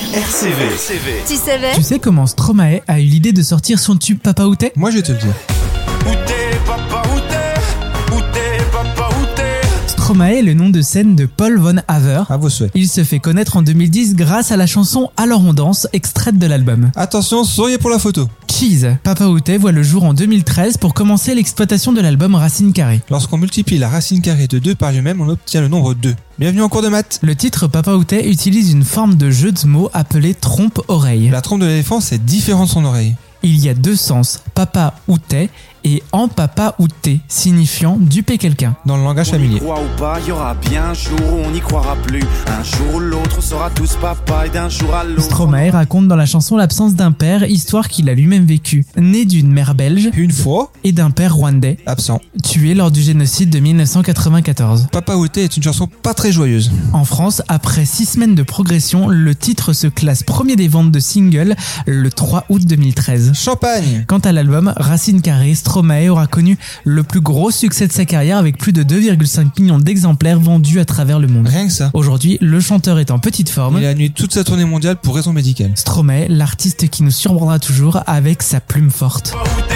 RCV. Tu savais Tu sais comment Stromae a eu l'idée de sortir son tube Papa Outé Moi, je vais te le dire. Où t'es, papa, où t'es Où t'es, papa, où t'es Stromae est le nom de scène de Paul Von Haver. À vos souhaits. Il se fait connaître en 2010 grâce à la chanson Alors on danse, extraite de l'album. Attention, souriez pour la photo. Cheese, Papa Outé voit le jour en 2013 pour commencer l'exploitation de l'album Racine Carrée. Lorsqu'on multiplie la racine carrée de 2 par lui-même, on obtient le nombre 2. Bienvenue en cours de maths. Le titre Papa Outé utilise une forme de jeu de mots appelée trompe-oreille. La trompe de l'éléphant, c'est différent de son oreille. Il y a deux sens, papa Outé et en papa Outé, signifiant duper quelqu'un. Dans le langage On y familier. croit ou pas, y aura bien un jour où on n'y croira plus. Un jour ou l'autre, on sera tous papa et d'un jour à l'autre. Stromae raconte dans la chanson l'absence d'un père, histoire qu'il a lui-même vécue. Né d'une mère belge Une fois, et d'un père rwandais, absent. tué lors du génocide de 1994. Papa Outé est une chanson pas très joyeuse. En France, après six semaines de progression, le titre se classe premier des ventes de singles le 3 août 2013. Champagne Quant à l'album, Racine Carrée, Stromae aura connu le plus gros succès de sa carrière avec plus de 2,5 millions d'exemplaires vendus à travers le monde. Rien que ça. Aujourd'hui, le chanteur est en petite forme. Il a annulé toute sa tournée mondiale pour raison médicale. Stromae, l'artiste qui nous surprendra toujours avec sa plume forte. Papa, où t'es